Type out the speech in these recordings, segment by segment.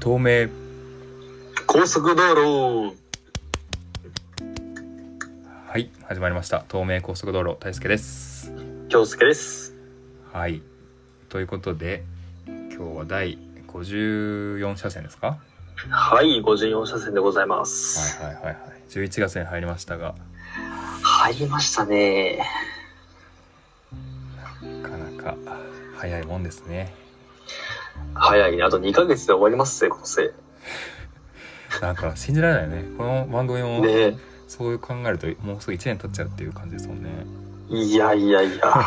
透明。高速道路はい、始まりました。透明高速道路、大輔です。京介ですはい。ということで、今日は第54車線ですかはい54車線でございます、はいはいはいはい。11月に入りましたが、入りましたねなかなか早いもんですね。早いねあと2ヶ月で終わりますね今年なんか信じられないね。この番組も、ねそう考えると、もうすぐ1年経っちゃうっていう感じですもんね。いやいやいや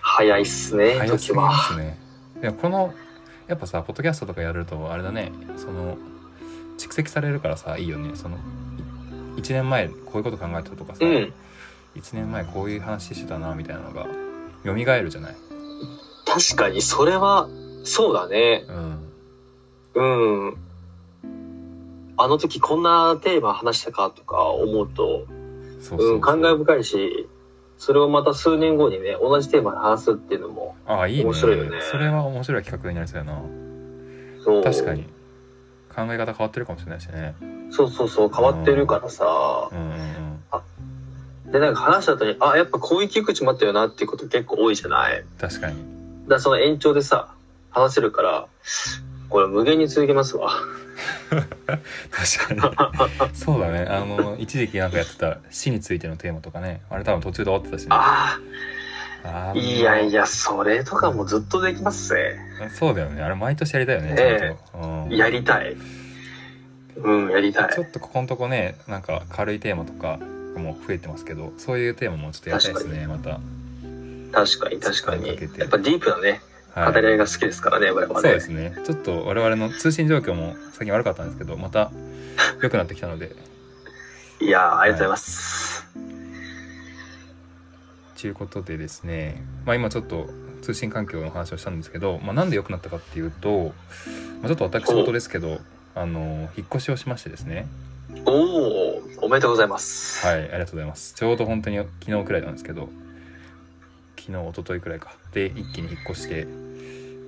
早いっすね早すぎ時まはすね。でもこの、やっぱさ、ポッドキャストとかやると、あれだね、その、蓄積されるからさ、いいよね。その、1年前こういうこと考えてたとかさ、う一ん1年前こういう話してたな、みたいなのが、蘇るじゃない。確かにそれはそうだねうん。うんあの時こんなテーマ話したかとか思うとそうそうそううん感慨深いしそれをまた数年後にね同じテーマで話すっていうのもああ、いいね。面白いよねそれは面白い企画になりそうやな。そう確かに。考え方変わってるかもしれないしね。そうそうそう変わってるからさうんうんうん。でなんか話した後にあやっぱこういう切り口もあったよなっていうこと結構多いじゃないだか確かに。らその延長でさ話せるからこれ無限に続けますわ確か にそうだねあの一時期なんかやってた死についてのテーマとかねあれ多分途中で終わってたしねあああーいやいやそれとかもずっとできますねそうだよねあれ毎年やりたいよねええちゃんと、うんやりたいうんやりたちょいっとここのとこねなんか軽いテーマとかも増えてますけどそういうテーマもちょっとやりたいですねまた確かに確かにかけてやっぱディープなねはい語り合いが好きですからね我々そはうねですねちょっと我々の通信状況も最近悪かったんですけどまた良くなってきたのでいやーありがとうございます、ということでですね、まあ、今ちょっと通信環境の話をしたんですけど、まあ、なんで良くなったかっていうと、まあ、ちょっと私事ですけどあの引っ越しをしましてですねおおおめでとうございます、はいありがとうございますちょうど本当に昨日くらいなんですけど昨日一昨日くらいかで一気に引っ越して、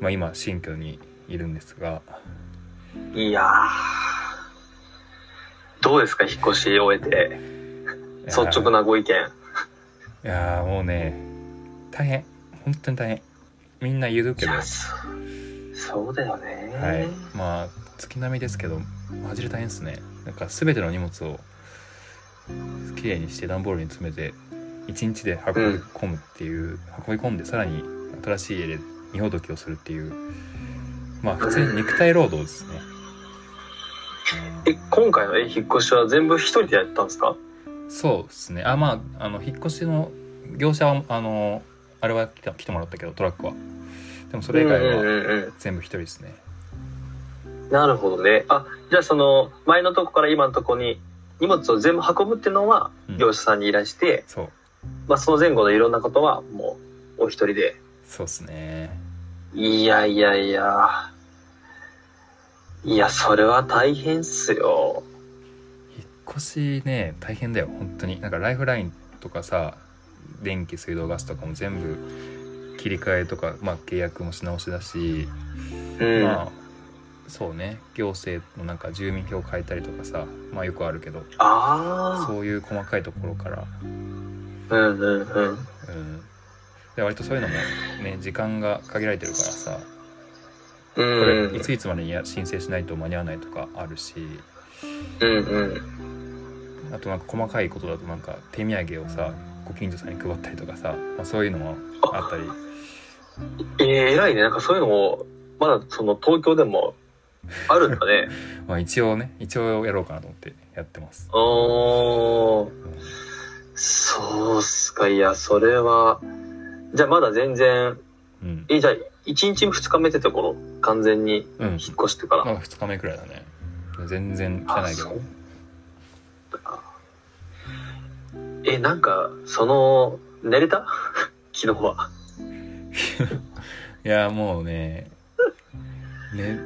まあ、今新居にいるんですがいやーどうですか引っ越し終えて率直ないなご意見やーいやーもうね大変本当に大変みんな言ういけどやそうそうだよね、はい、まあ月並みですけどマジで大変ですねなんか全ての荷物をきれいにして段ボールに詰めて1日で運び込むっていう、運び込んでさらに新しい家で荷ほどきをするっていうまあ普通に肉体労働ですねえ今回のえ引っ越しは全部一人でやったんですかそうですねあまああの引っ越しの業者はあのあれは来た来てもらったけどトラックはでもそれ以うんうん外はうん全部一人ですね、うんなるほどねあじゃあその前のとこから今のとこに荷物を全部運ぶっていうのはうん業者さんに依頼して、そうまあ、その前後のいろんなことはもうお一人でそうですねいやいやいやいやそれは大変っすよ引っ越しね大変だよ本当になんかライフラインとかさ電気水道ガスとかも全部切り替えとか、まあ、契約もし直しだし、うん、まあそうね行政のなんか住民票変えたりとかさまあよくあるけどあそういう細かいところから、あうんうんうんうん、で割とそういうのもね時間が限られてるからさこうんれいついつまでにや申請しないと間に合わないとかあるしうんうんあとなんか細かいことだとなんか手土産をさご近所さんに配ったりとかさ、まあ、そういうのもあったりえー、偉いねなんかそういうのもまだその東京でもあるん だねまあ一応ね一応やろうかなと思ってやってますおーそうっすかいやそれはじゃあまだ全然うんえじゃあ1日目2日目ってところ完全にうん引っ越してから、まあ2日目くらいだね全然汚あいけそうどえなんかその寝れた 昨日はいやもうねね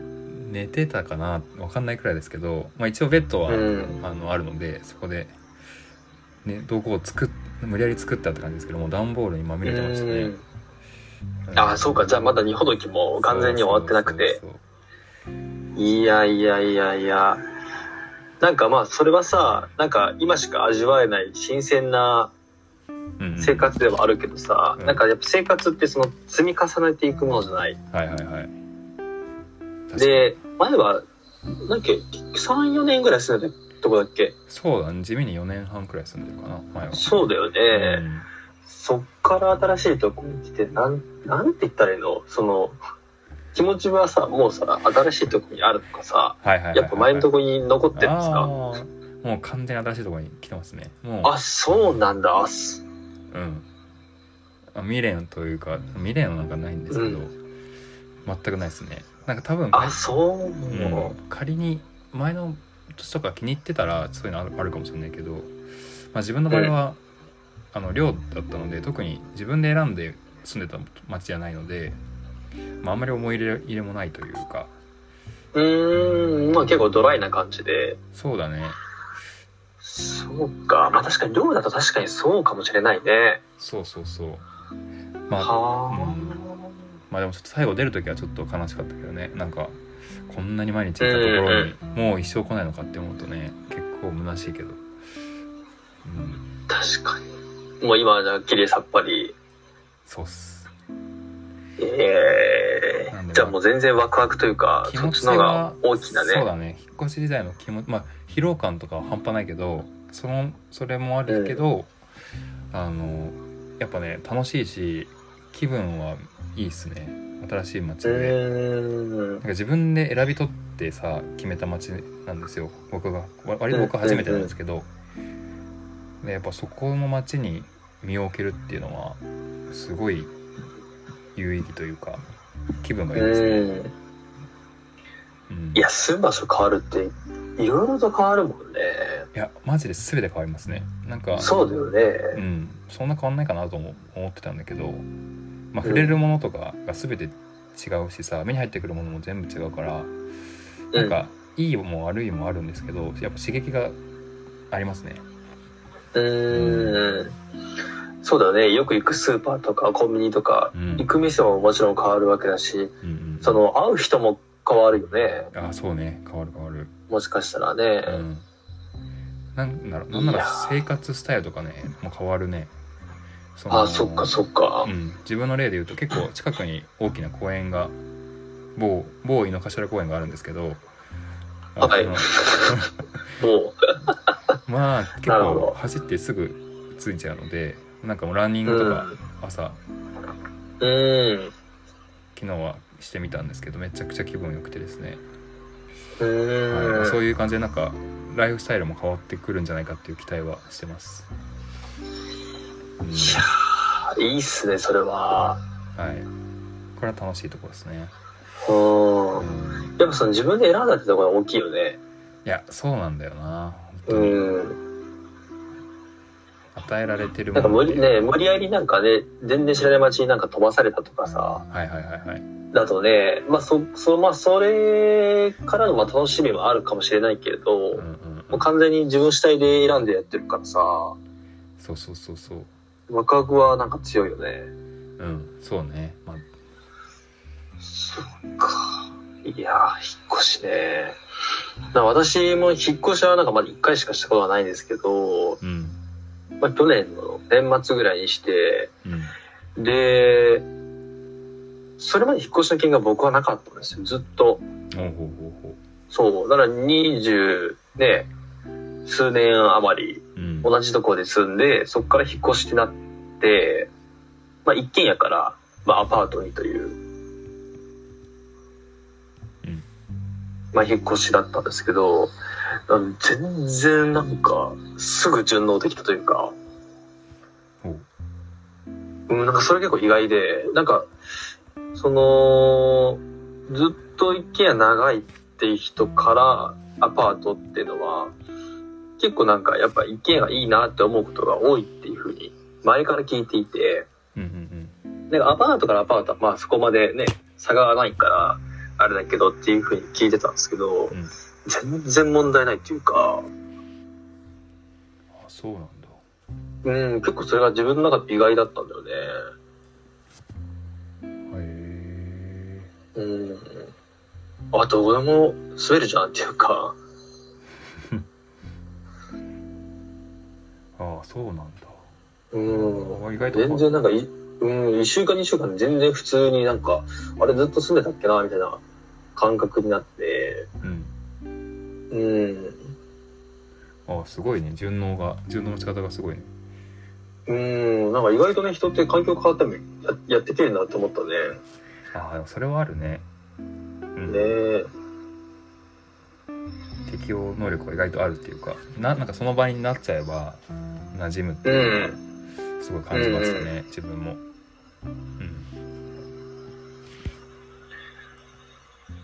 寝てたかなわかんないくらいですけど、まあ、一応ベッドは、うんあのあるのでそこで、ね、道具を作っ無理やり作ったって感じですけどもう段ボールにまみれてましたね、うんああそうかじゃあまだ荷ほどきも完全に終わってなくてそうそうそういやいやいやいや。なんかまあ、それはさ、なんか今しか味わえない新鮮なうんうん生活ではあるけどさ、うんなんかやっぱ生活ってその積み重ねていくものじゃない。はいはいはい確かにで、前は、なんか3、4年ぐらい住んでたとこだっけそうだね地味に4年半くらい住んでるかな前はそうだよね。うんそっから新しいとこに来て、なん、なんて言ったらいいのその、気持ちはさ、もうさ、新しいとこにあるとかさ、はいはいはいはいやっぱ前のとこに残ってるんですあかーもう完全に新しいところに来てますねもうあ、そうなんだ。あすうんあ未練というか未練はなんかないんですけど、う全くないですねなんか多分あ、そう。うん、仮に前の年とか気に入ってたらそういうのあるあるかもしれないけど、まあ、自分の場合は、あの寮だったので特に自分で選んで住んでた町じゃないので、まあ、あんまり思い入れ入れもないというかうーん、まあ結構ドライな感じで。そうだねそうか。まあ確かに寮だと確かにそうかもしれないね。そうそうそうまあはあ、まあでもちょっと最後出る時はちょっと悲しかったけどねなんかこんなに毎日いたところにもう一生来ないのかって思うとね結構虚しいけど、うん、確かに。もう今はじゃあきれいさっぱり。そうっすええなんでじゃあもう全然ワクワクというか、気そ持っちちの方はが大きなね。そうだね引っ越し時代の気持ちまあ疲労感とかは半端ないけどそのそれもあるけど、あのやっぱね楽しいし気分はいいっすね新しい街で、うなんーん。か自分で選び取ってさ決めた街なんですよ僕がわ割と僕は初めてなんですけど、でやっぱそこの街に身を置けるっていうのはすごい有意義というか気分がいいですね、うん。うんいや、住む場所変わるって、いろいろと変わるもんね。いやマジで全て変わりますねなんかそうだようね。んそんな変わんないかなとも思ってたんだけど、まあ、触れるものとかが全て違うしさ目に入ってくるものも全部違うからうなんん。かいいも悪いもあるんですけどやっぱ刺激がありますねうーん。そうだよね。よく行くスーパーとかコンビニとか、うん行く店ももちろん変わるわけだし、うんうんその会う人も変わるよね。あそうね変わる変わるもしかしたらね。うんなんだろうなんないやらー生活スタイルとかねもう変わるねそのあ、そっかそっかう。ん、自分の例で言うと結構近くに大きな公園が某某井の頭公園があるんですけど、あはいのもまあ結なるほど構走ってすぐ着いちゃうのでなんかもうランニンう。グうとんか。朝、うん。昨日はしてみたんですけどめちゃくちゃ気分良くてですね、うはい、そんういう感じでなんかライフスタイルも変わってくるんじゃないかっていう期待はしてます。うんいいっすね、それは。はい、これは楽しいところですね。う。うんんやっぱその自分で選んだってところが大きいよね。いやそうなんだよな本当うにん。与えられてるなんかもの無って理ね、無理やりなんかね、全然知らない街になんか飛ばされたとかさ、はいはいはいはい。だとね、まあそ、そまあ、それからのまあ楽しみもあるかもしれないけれど、うんうんう、もうん完全に自分主体で選んでやってるからさ、そうそうそうそう。ワクワクはなんか強いよね。うん、そうね。まあ、そっか。いやー、引っ越しね。なんか私も引っ越しはなんかまだ1回しかしたことはないんですけど、うん。まあ、去年の年末ぐらいにして、うん。で、それまで引っ越しの件が僕はなかったんですよ、ずっと。おうほうほうほそう。だから20、ね、数年余り、う。うん。同じところで住んで、そこから引っ越しになって、まあ一軒家から、まあアパートにというう、んまあ引っ越しだったんですけど、うん全然なんか、すぐ順応できたというか、ほううん、なんかそれ結構意外で、なんか、その、ずっと一軒家長いっていう人からアパートっていうのは、結構なんかやっぱ一軒家がいいなって思うことが多いっていうふうに、前から聞いていて、うんうんなんかアパートからアパートはまあそこまでね、差がないから、あれだけどっていうふうに聞いてたんですけど、ん全然問題ないっていうか、うん。あ、そうなんだ。うん、結構それが自分の中で意外だったんだよね。へえ。うん。あ、どこでも滑るじゃんっていうか、ああそうなんだうん。あ意外と全然なんかい、うん、一週間二週間で全然普通になんか、あれずっと住んでたっけな、みたいな感覚になって、うんうん。ああすごいね順応が順応の仕方がすごいねうん、なんか意外とね、人って環境変わってもややっていけるなって思ったね。ああでもそれはあるね、うん、ねえ。適応能力が意外とあるっていうかななんかその場になっちゃえば馴染むっていうのがすごい感じましたね、自分も、うん、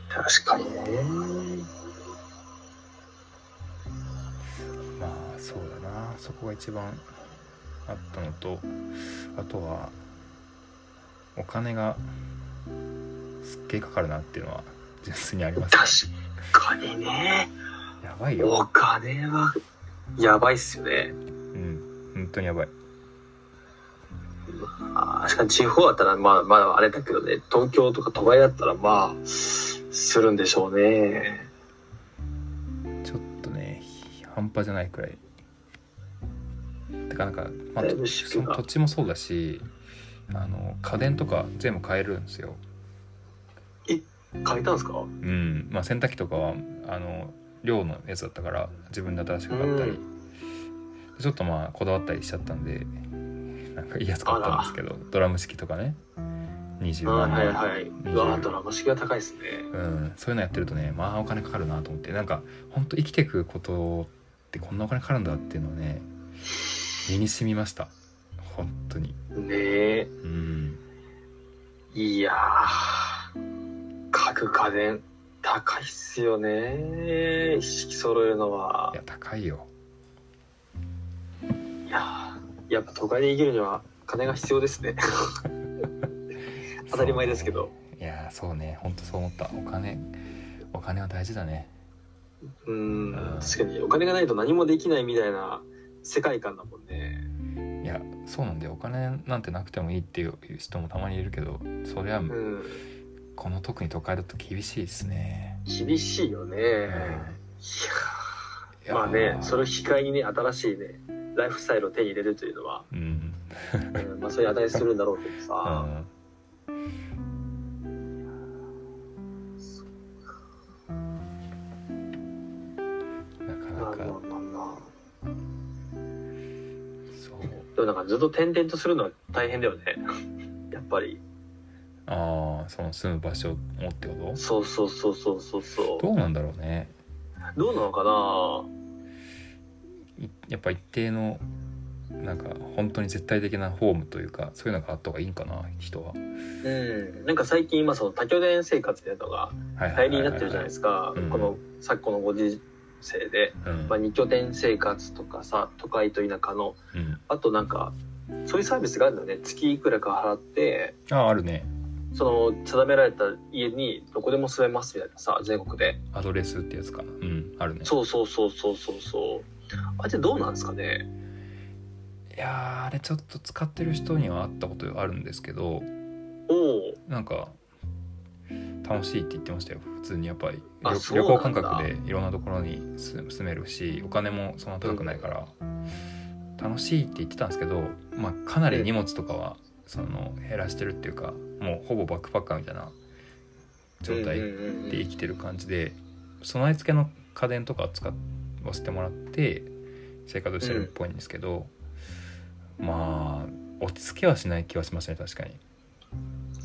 確かにね。まあそうだなそこが一番あったのとあとはお金がすっげえかかるなっていうのは純粋にあります確かにね。やばいおよ金は、やばいっすよね。うん本当にやばいあー確かに地方だったら、まあ、まだあれだけどね、東京とか都会だったら、まあ、するんでしょうね。ちょっとねひ半端じゃないくらいてかなんか、まあ、だいぶと敷そ居がの土地もそうだしあの家電とか全部買えるんですよ買えたんですかうんまあ洗濯機とかはあの寮のやつだったから自分で新しく買ったり、うちょっとまあこだわったりしちゃったんでなんかいいやつ買ったんですけどドラム式とかね20は万いのはいはい。うわ20ードラマ式が高いっすね。うん、そういうのやってるとねまあお金かかるなと思ってなんかほんと生きていくことってこんなお金かかるんだっていうのをね身に染みました本当にねえ。うん。いやー、各家電、高いっすよね。一式揃えるのはいや高いよいやー、やっぱ都会で生きるには、金が必要ですね。当たり前ですけど。いやーそうねほんとそう思ったお金お金は大事だねうんうん、確かにお金がないと何もできないみたいな世界観だもんね。いやそうなんだよお金なんてなくてもいいっていう人もたまにいるけどそりゃうん、この特に都会だと厳しいですね、厳しいよね。うんいやーまあね、それを引き換えにね、新しいね、ライフスタイルを手に入れるというのは、うんうんまあそれに値するんだろうけどうさ。んなかまなあまかあまあまあそうでもなんかずっと転々とするのは大変だよね。 やっぱり。ああその住む場所をってこそうそうそうそうそうそとどうなんだろうねう。どうなのかないやっぱ一定のなんか本当に絶対的なホームというかそういうのがあった方がいいんかな人は。うん。なんか最近今その多拠点生活っていうのがは流行りになってるじゃないですかいはい。この昨今のご時世で。か。うんまあ二拠点生活とかさ、都会と田舎の。うんあとなんか、そういうサービスがあるんだよね。月いくらか払って、あああるねその定められた家にどこでも住めますみたいなさ、全国で。アドレスってやつかな。うんあるね。そうそうそうそうそうそう。あれってどうなんですかねいやーあれちょっと使ってる人には会ったことあるんですけどおお。なんか楽しいって言ってましたよ普通にやっぱりあ旅そうな旅ん行だ感覚でいろんなところに住住めるしお金もそんな高くないから、楽しいって言ってたんですけど、まあ、かなり荷物とかはその減らしてるっていうかもうほぼバックパッカーみたいな状態うんうんうんうんで生きてる感じで備え付けの家電とか使わせてもらって生活してるっぽいんですけど、まあ落ち着けはしない気はしますね確かに。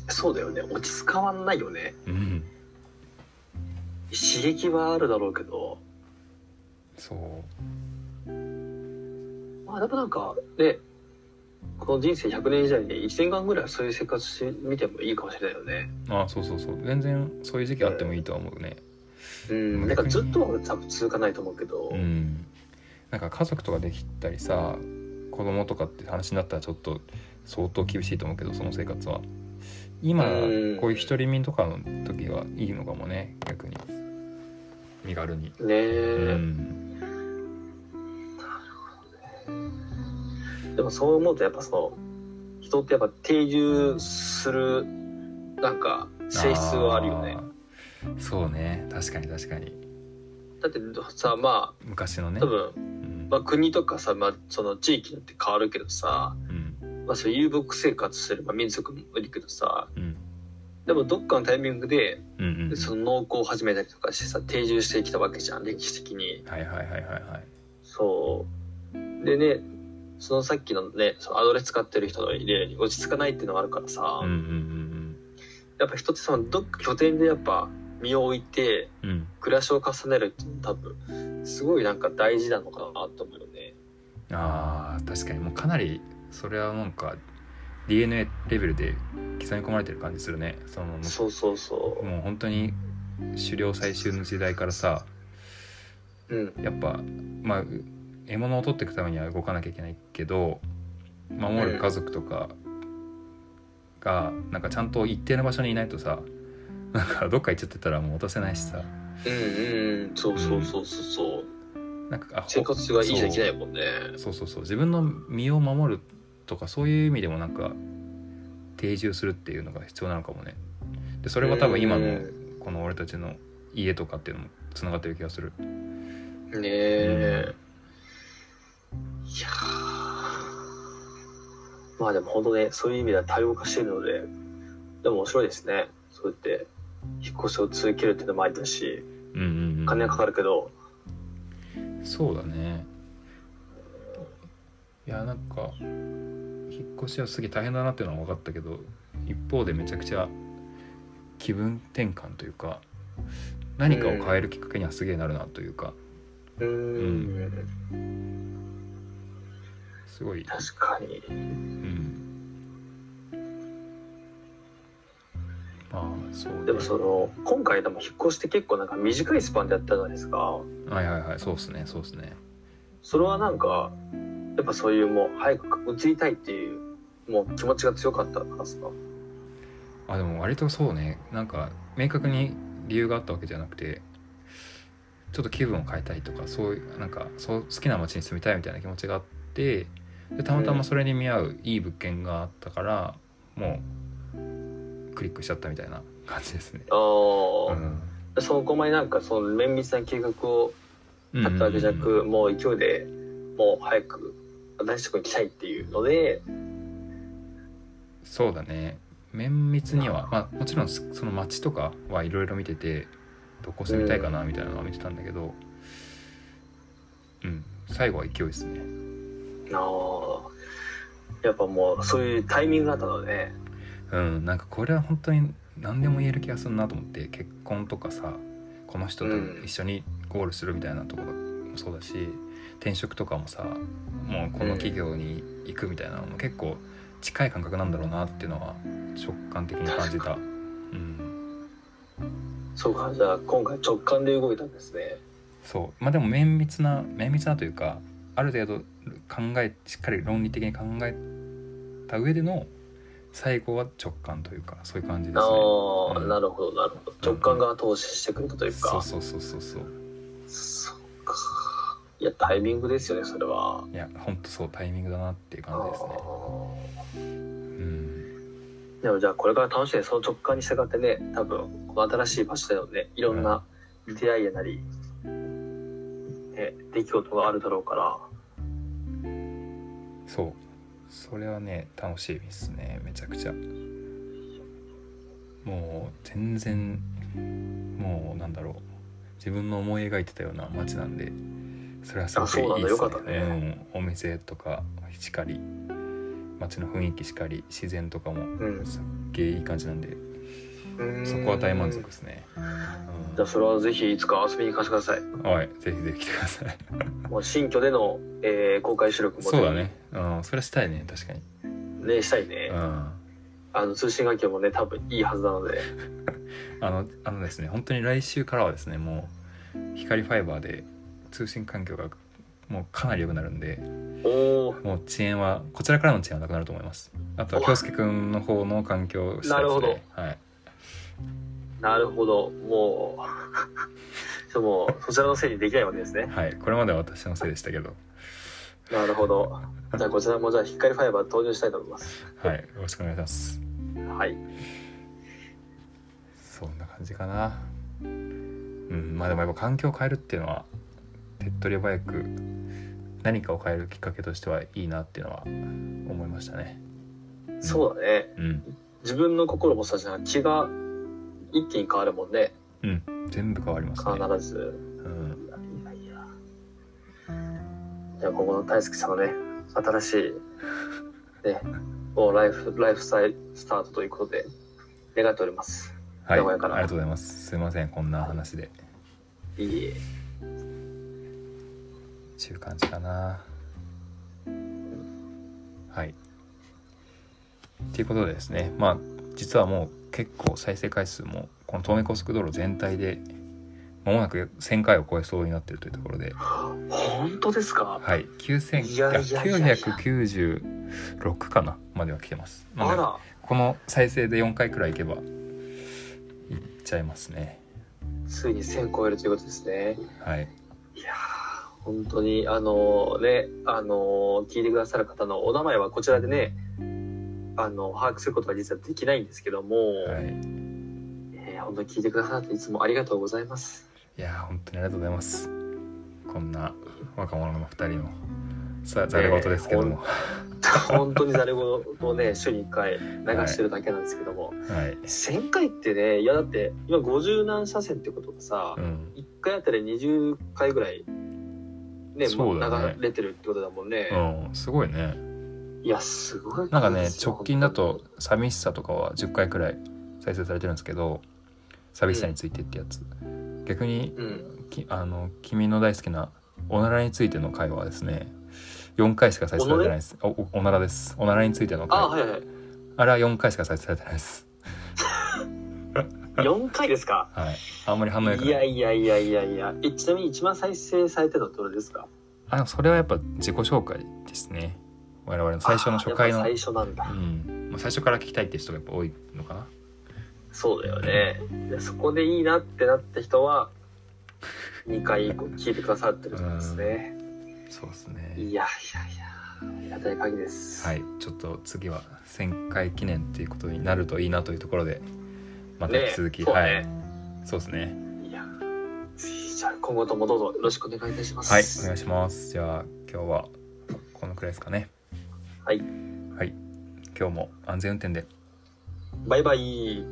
そうだよね落ち着かわんないよねうん刺激はあるだろうけどそうまあでもなんかねこの人生100年時代に1年間ぐらいはそういう生活してみてもいいかもしれないよねあそうそうそう全然そういう時期あってもいいとは思うね、うんなんかずっとは多分続かないと思うけど、うん、なんか家族とかできたりさ子供とかって話になったらちょっと相当厳しいと思うけどその生活は今うんこういう独り身とかの時はいいのかもね逆に身軽に、ねうえ、ん、でもそう思うとやっぱその人ってやっぱ定住するなんか性質はあるよねーそうね確かに確かにだってさ、ま昔のねあ、多分、うんまあ国とかさ、まあその地域によって変わるけどさ、うんまあそういう遊牧生活してる、まあ民族もいるけどさ、うんでもどっかのタイミングで、うんうんその農耕を始めたりとかしてさ、定住してきたわけじゃん、歴史的に。はいはいはいはいはいそう。でね、そのさっきのね、そのアドレス使ってる人の例に落ち着かないっていうのがあるからさ、うんうんやっぱ人ってそのどっか拠点でやっぱ身を置いてうんうんうん暮らしを重ねるっていうの多分、すごいなんか大事なのかなと思うよね。あー確かにもうかなりそれはなんか DNA レベルで刻み込まれてる感じするねそのそうそうそもう本当に狩猟採集の時代からさう。うん。やっぱまあ獲物を取っていくためには動かなきゃいけないけど守る家族とかがなんかちゃんと一定の場所にいないとさなんかどっか行っちゃってたらもう渡せないしさうんうん。そうそうそうそうそう。なんかあほ生活が維持できないもんね。そうそうそう自分の身を守るとかそういう意味でもなんか定住するっていうのが必要なのかもねでそれは多分今のこの俺たちの家とかっていうのもつながってる気がするねえ。いやーまあでも本当ね、そういう意味では多様化してるので、でも面白いですね。そうやって、引っ越しを続けるっていうのもありだし、うんうん、うん、金はかかるけど、そうだねいやなんか引っ越しはすげえ大変だなっていうのは分かったけど一方でめちゃくちゃ気分転換というか何かを変えるきっかけにはすげえなるなというかうーん、すごい、確かに。うん、まあそうねでもその、今回でも引っ越しって結構なんか短いスパンでやったじゃないですか。はいはいはいそうっすねそうっすねそれはなんか、やっぱそういうもう早く移りたいっていう、もう気持ちが強かったからですか。あでも割とそうねなんか明確に理由があったわけじゃなくてちょっと気分を変えたいとかそういうなんかそう好きな街に住みたいみたいな気持ちがあってでたまたまそれに見合ういい物件があったから、もうクリックしちゃったみたいな感じですね。ああ、んそこまでなんかその綿密な計画を立ったわけじゃなうんうんうんく、もう勢いでもう早く新しいとこ行きたいっていうので、そうだね綿密には、まあ、もちろんそその街とかはいろいろ見ててどこ住みたいかなみたいなのは見てたんだけど、うん、最後は勢いですね。ああ、やっぱもうそういうタイミングだったのね。うん、なんかこれは本当に何でも言える気がするなと思って結婚とかさこの人と一緒にゴールするみたいなところもそうだし、転職とかもさもうこの企業に行くみたいなのも結構近い感覚なんだろうなっていうのは直感的に感じた。うん、そうか、じゃあ今回直感で動いたんですね。そうまあでも綿密な綿密なというかある程度考えしっかり論理的に考えた上での最後は直感というかそういう感じですね。ああ、うんなるほど、なるほど。直感が投資してくれたというそかう。そうそうそうそうそうか。いや、タイミングですよね、それは。いやほんとそうタイミングだなっていう感じですねああうんでもじゃあこれから楽しみでその直感に従ってね多分この新しい場所でのねいろんな出会いやなり、ね、出来事があるだろうからそうそれはね楽しみですねめちゃくちゃもう全然もうなんだろう自分の思い描いてたような街なんでそれはすごあそうなくんいだいですよねかったねうん、お店とかしかり街の雰囲気しかり自然とかもうんすっげえいい感じなんでそこは大満足ですね、じゃあそれはぜひいつか遊びに行かせてくださいうん、はいぜひぜひ来てくださいもう新居での、えー公開収録もぜひそうだねうんそれしたいね確かにねしたいね、うんあの通信環境もね多分いいはずなのであのあのですね本当に来週からはですねもう光ファイバーで通信環境がもうかなり良くなるんでおおもう遅延はこちらからの遅延はなくなると思いますあとはお京介くんの方の環境次第なでするほねどはいなるほどもう ちょもうそちらのせいにできないわけですねはいこれまでは私のせいでしたけどなるほどじゃあこちらもじゃあ光ファイバー登場したいと思いますはいよろしくお願いしますはいそんな感じかなうん、まあでもやっぱ環境を変えるっていうのは手っ取り早く何かを変えるきっかけとしてはいいなっていうのは思いましたね。そうだね。うん、自分の心もそうじゃん。気が一気に変わるもんね。全部変わりますね。必ず。うん、いやいやいや。じゃあ、ここの大好きさんのね、新しい、ね、もうライフ、ライフスタイルスタートということで、願っております。はい、あ名古屋りからがとうございます。すいません、こんな話で。いいえ。っていう感じかなはいっていうことでですねまあ実はもう結構再生回数もこの東名高速道路全体でまもなく1000回を超えそうになってるというところで本当ですかはいいやいやいやいや9996かなまでは来てますなのあでら、この再生で4回くらいいけばいっちゃいますねついに1000超えるということですね。はいいやー本当に、あのね、あの聞いてくださる方のお名前はこちらでね、あの、把握することは実はできないんですけども、はいえー本当に聞いてくださっていつもありがとうござい ます。いやー本当にありがとうございますこんな若者の2人のさざれ言ですけども、本当に誰事をね、週に1回流してるだけなんですけども、はい、 1000回ってね、いやだって、今50何車線ってことがさ、うん、 1回あたり20回ぐらい、ね、もそううだね流れてるってことだもんね。うん、すごいねいや、すごいなんかことねですよ直近だと「寂しさ」とかは10回くらい再生されてるんですけど「寂しさについて」ってやつ、逆にうん。きあの君の大好きなおならについての会話はですね4回しか再生されてないですおおおならですおならについての会あ、あはいはい。れは4回しか再生されてないです4回ですかはいあんまり反応良くいなやいいやいやいやいやえちなみに一番再生されてたのはどれですかあでもそれはやっぱ自己紹介ですね我々の最初の初回あのーやっぱ最初なんだ、うんまあ、最初から聞きたいって人がやっぱ多いのかなそうだよねでそこでいいなってなった人は2回以降聞いてくださってるんですねそうですいやねいやいやありがたい限りですはいちょっと次は1000回記念っていうことになるといいなというところでまたね引き続き、そうねはいそうですねいやじゃあ今後ともどうぞよろしくお願いいたしまはいすお願いしますじゃあ今日はこのくらいですかねはいはい今日も安全運転でバイバイ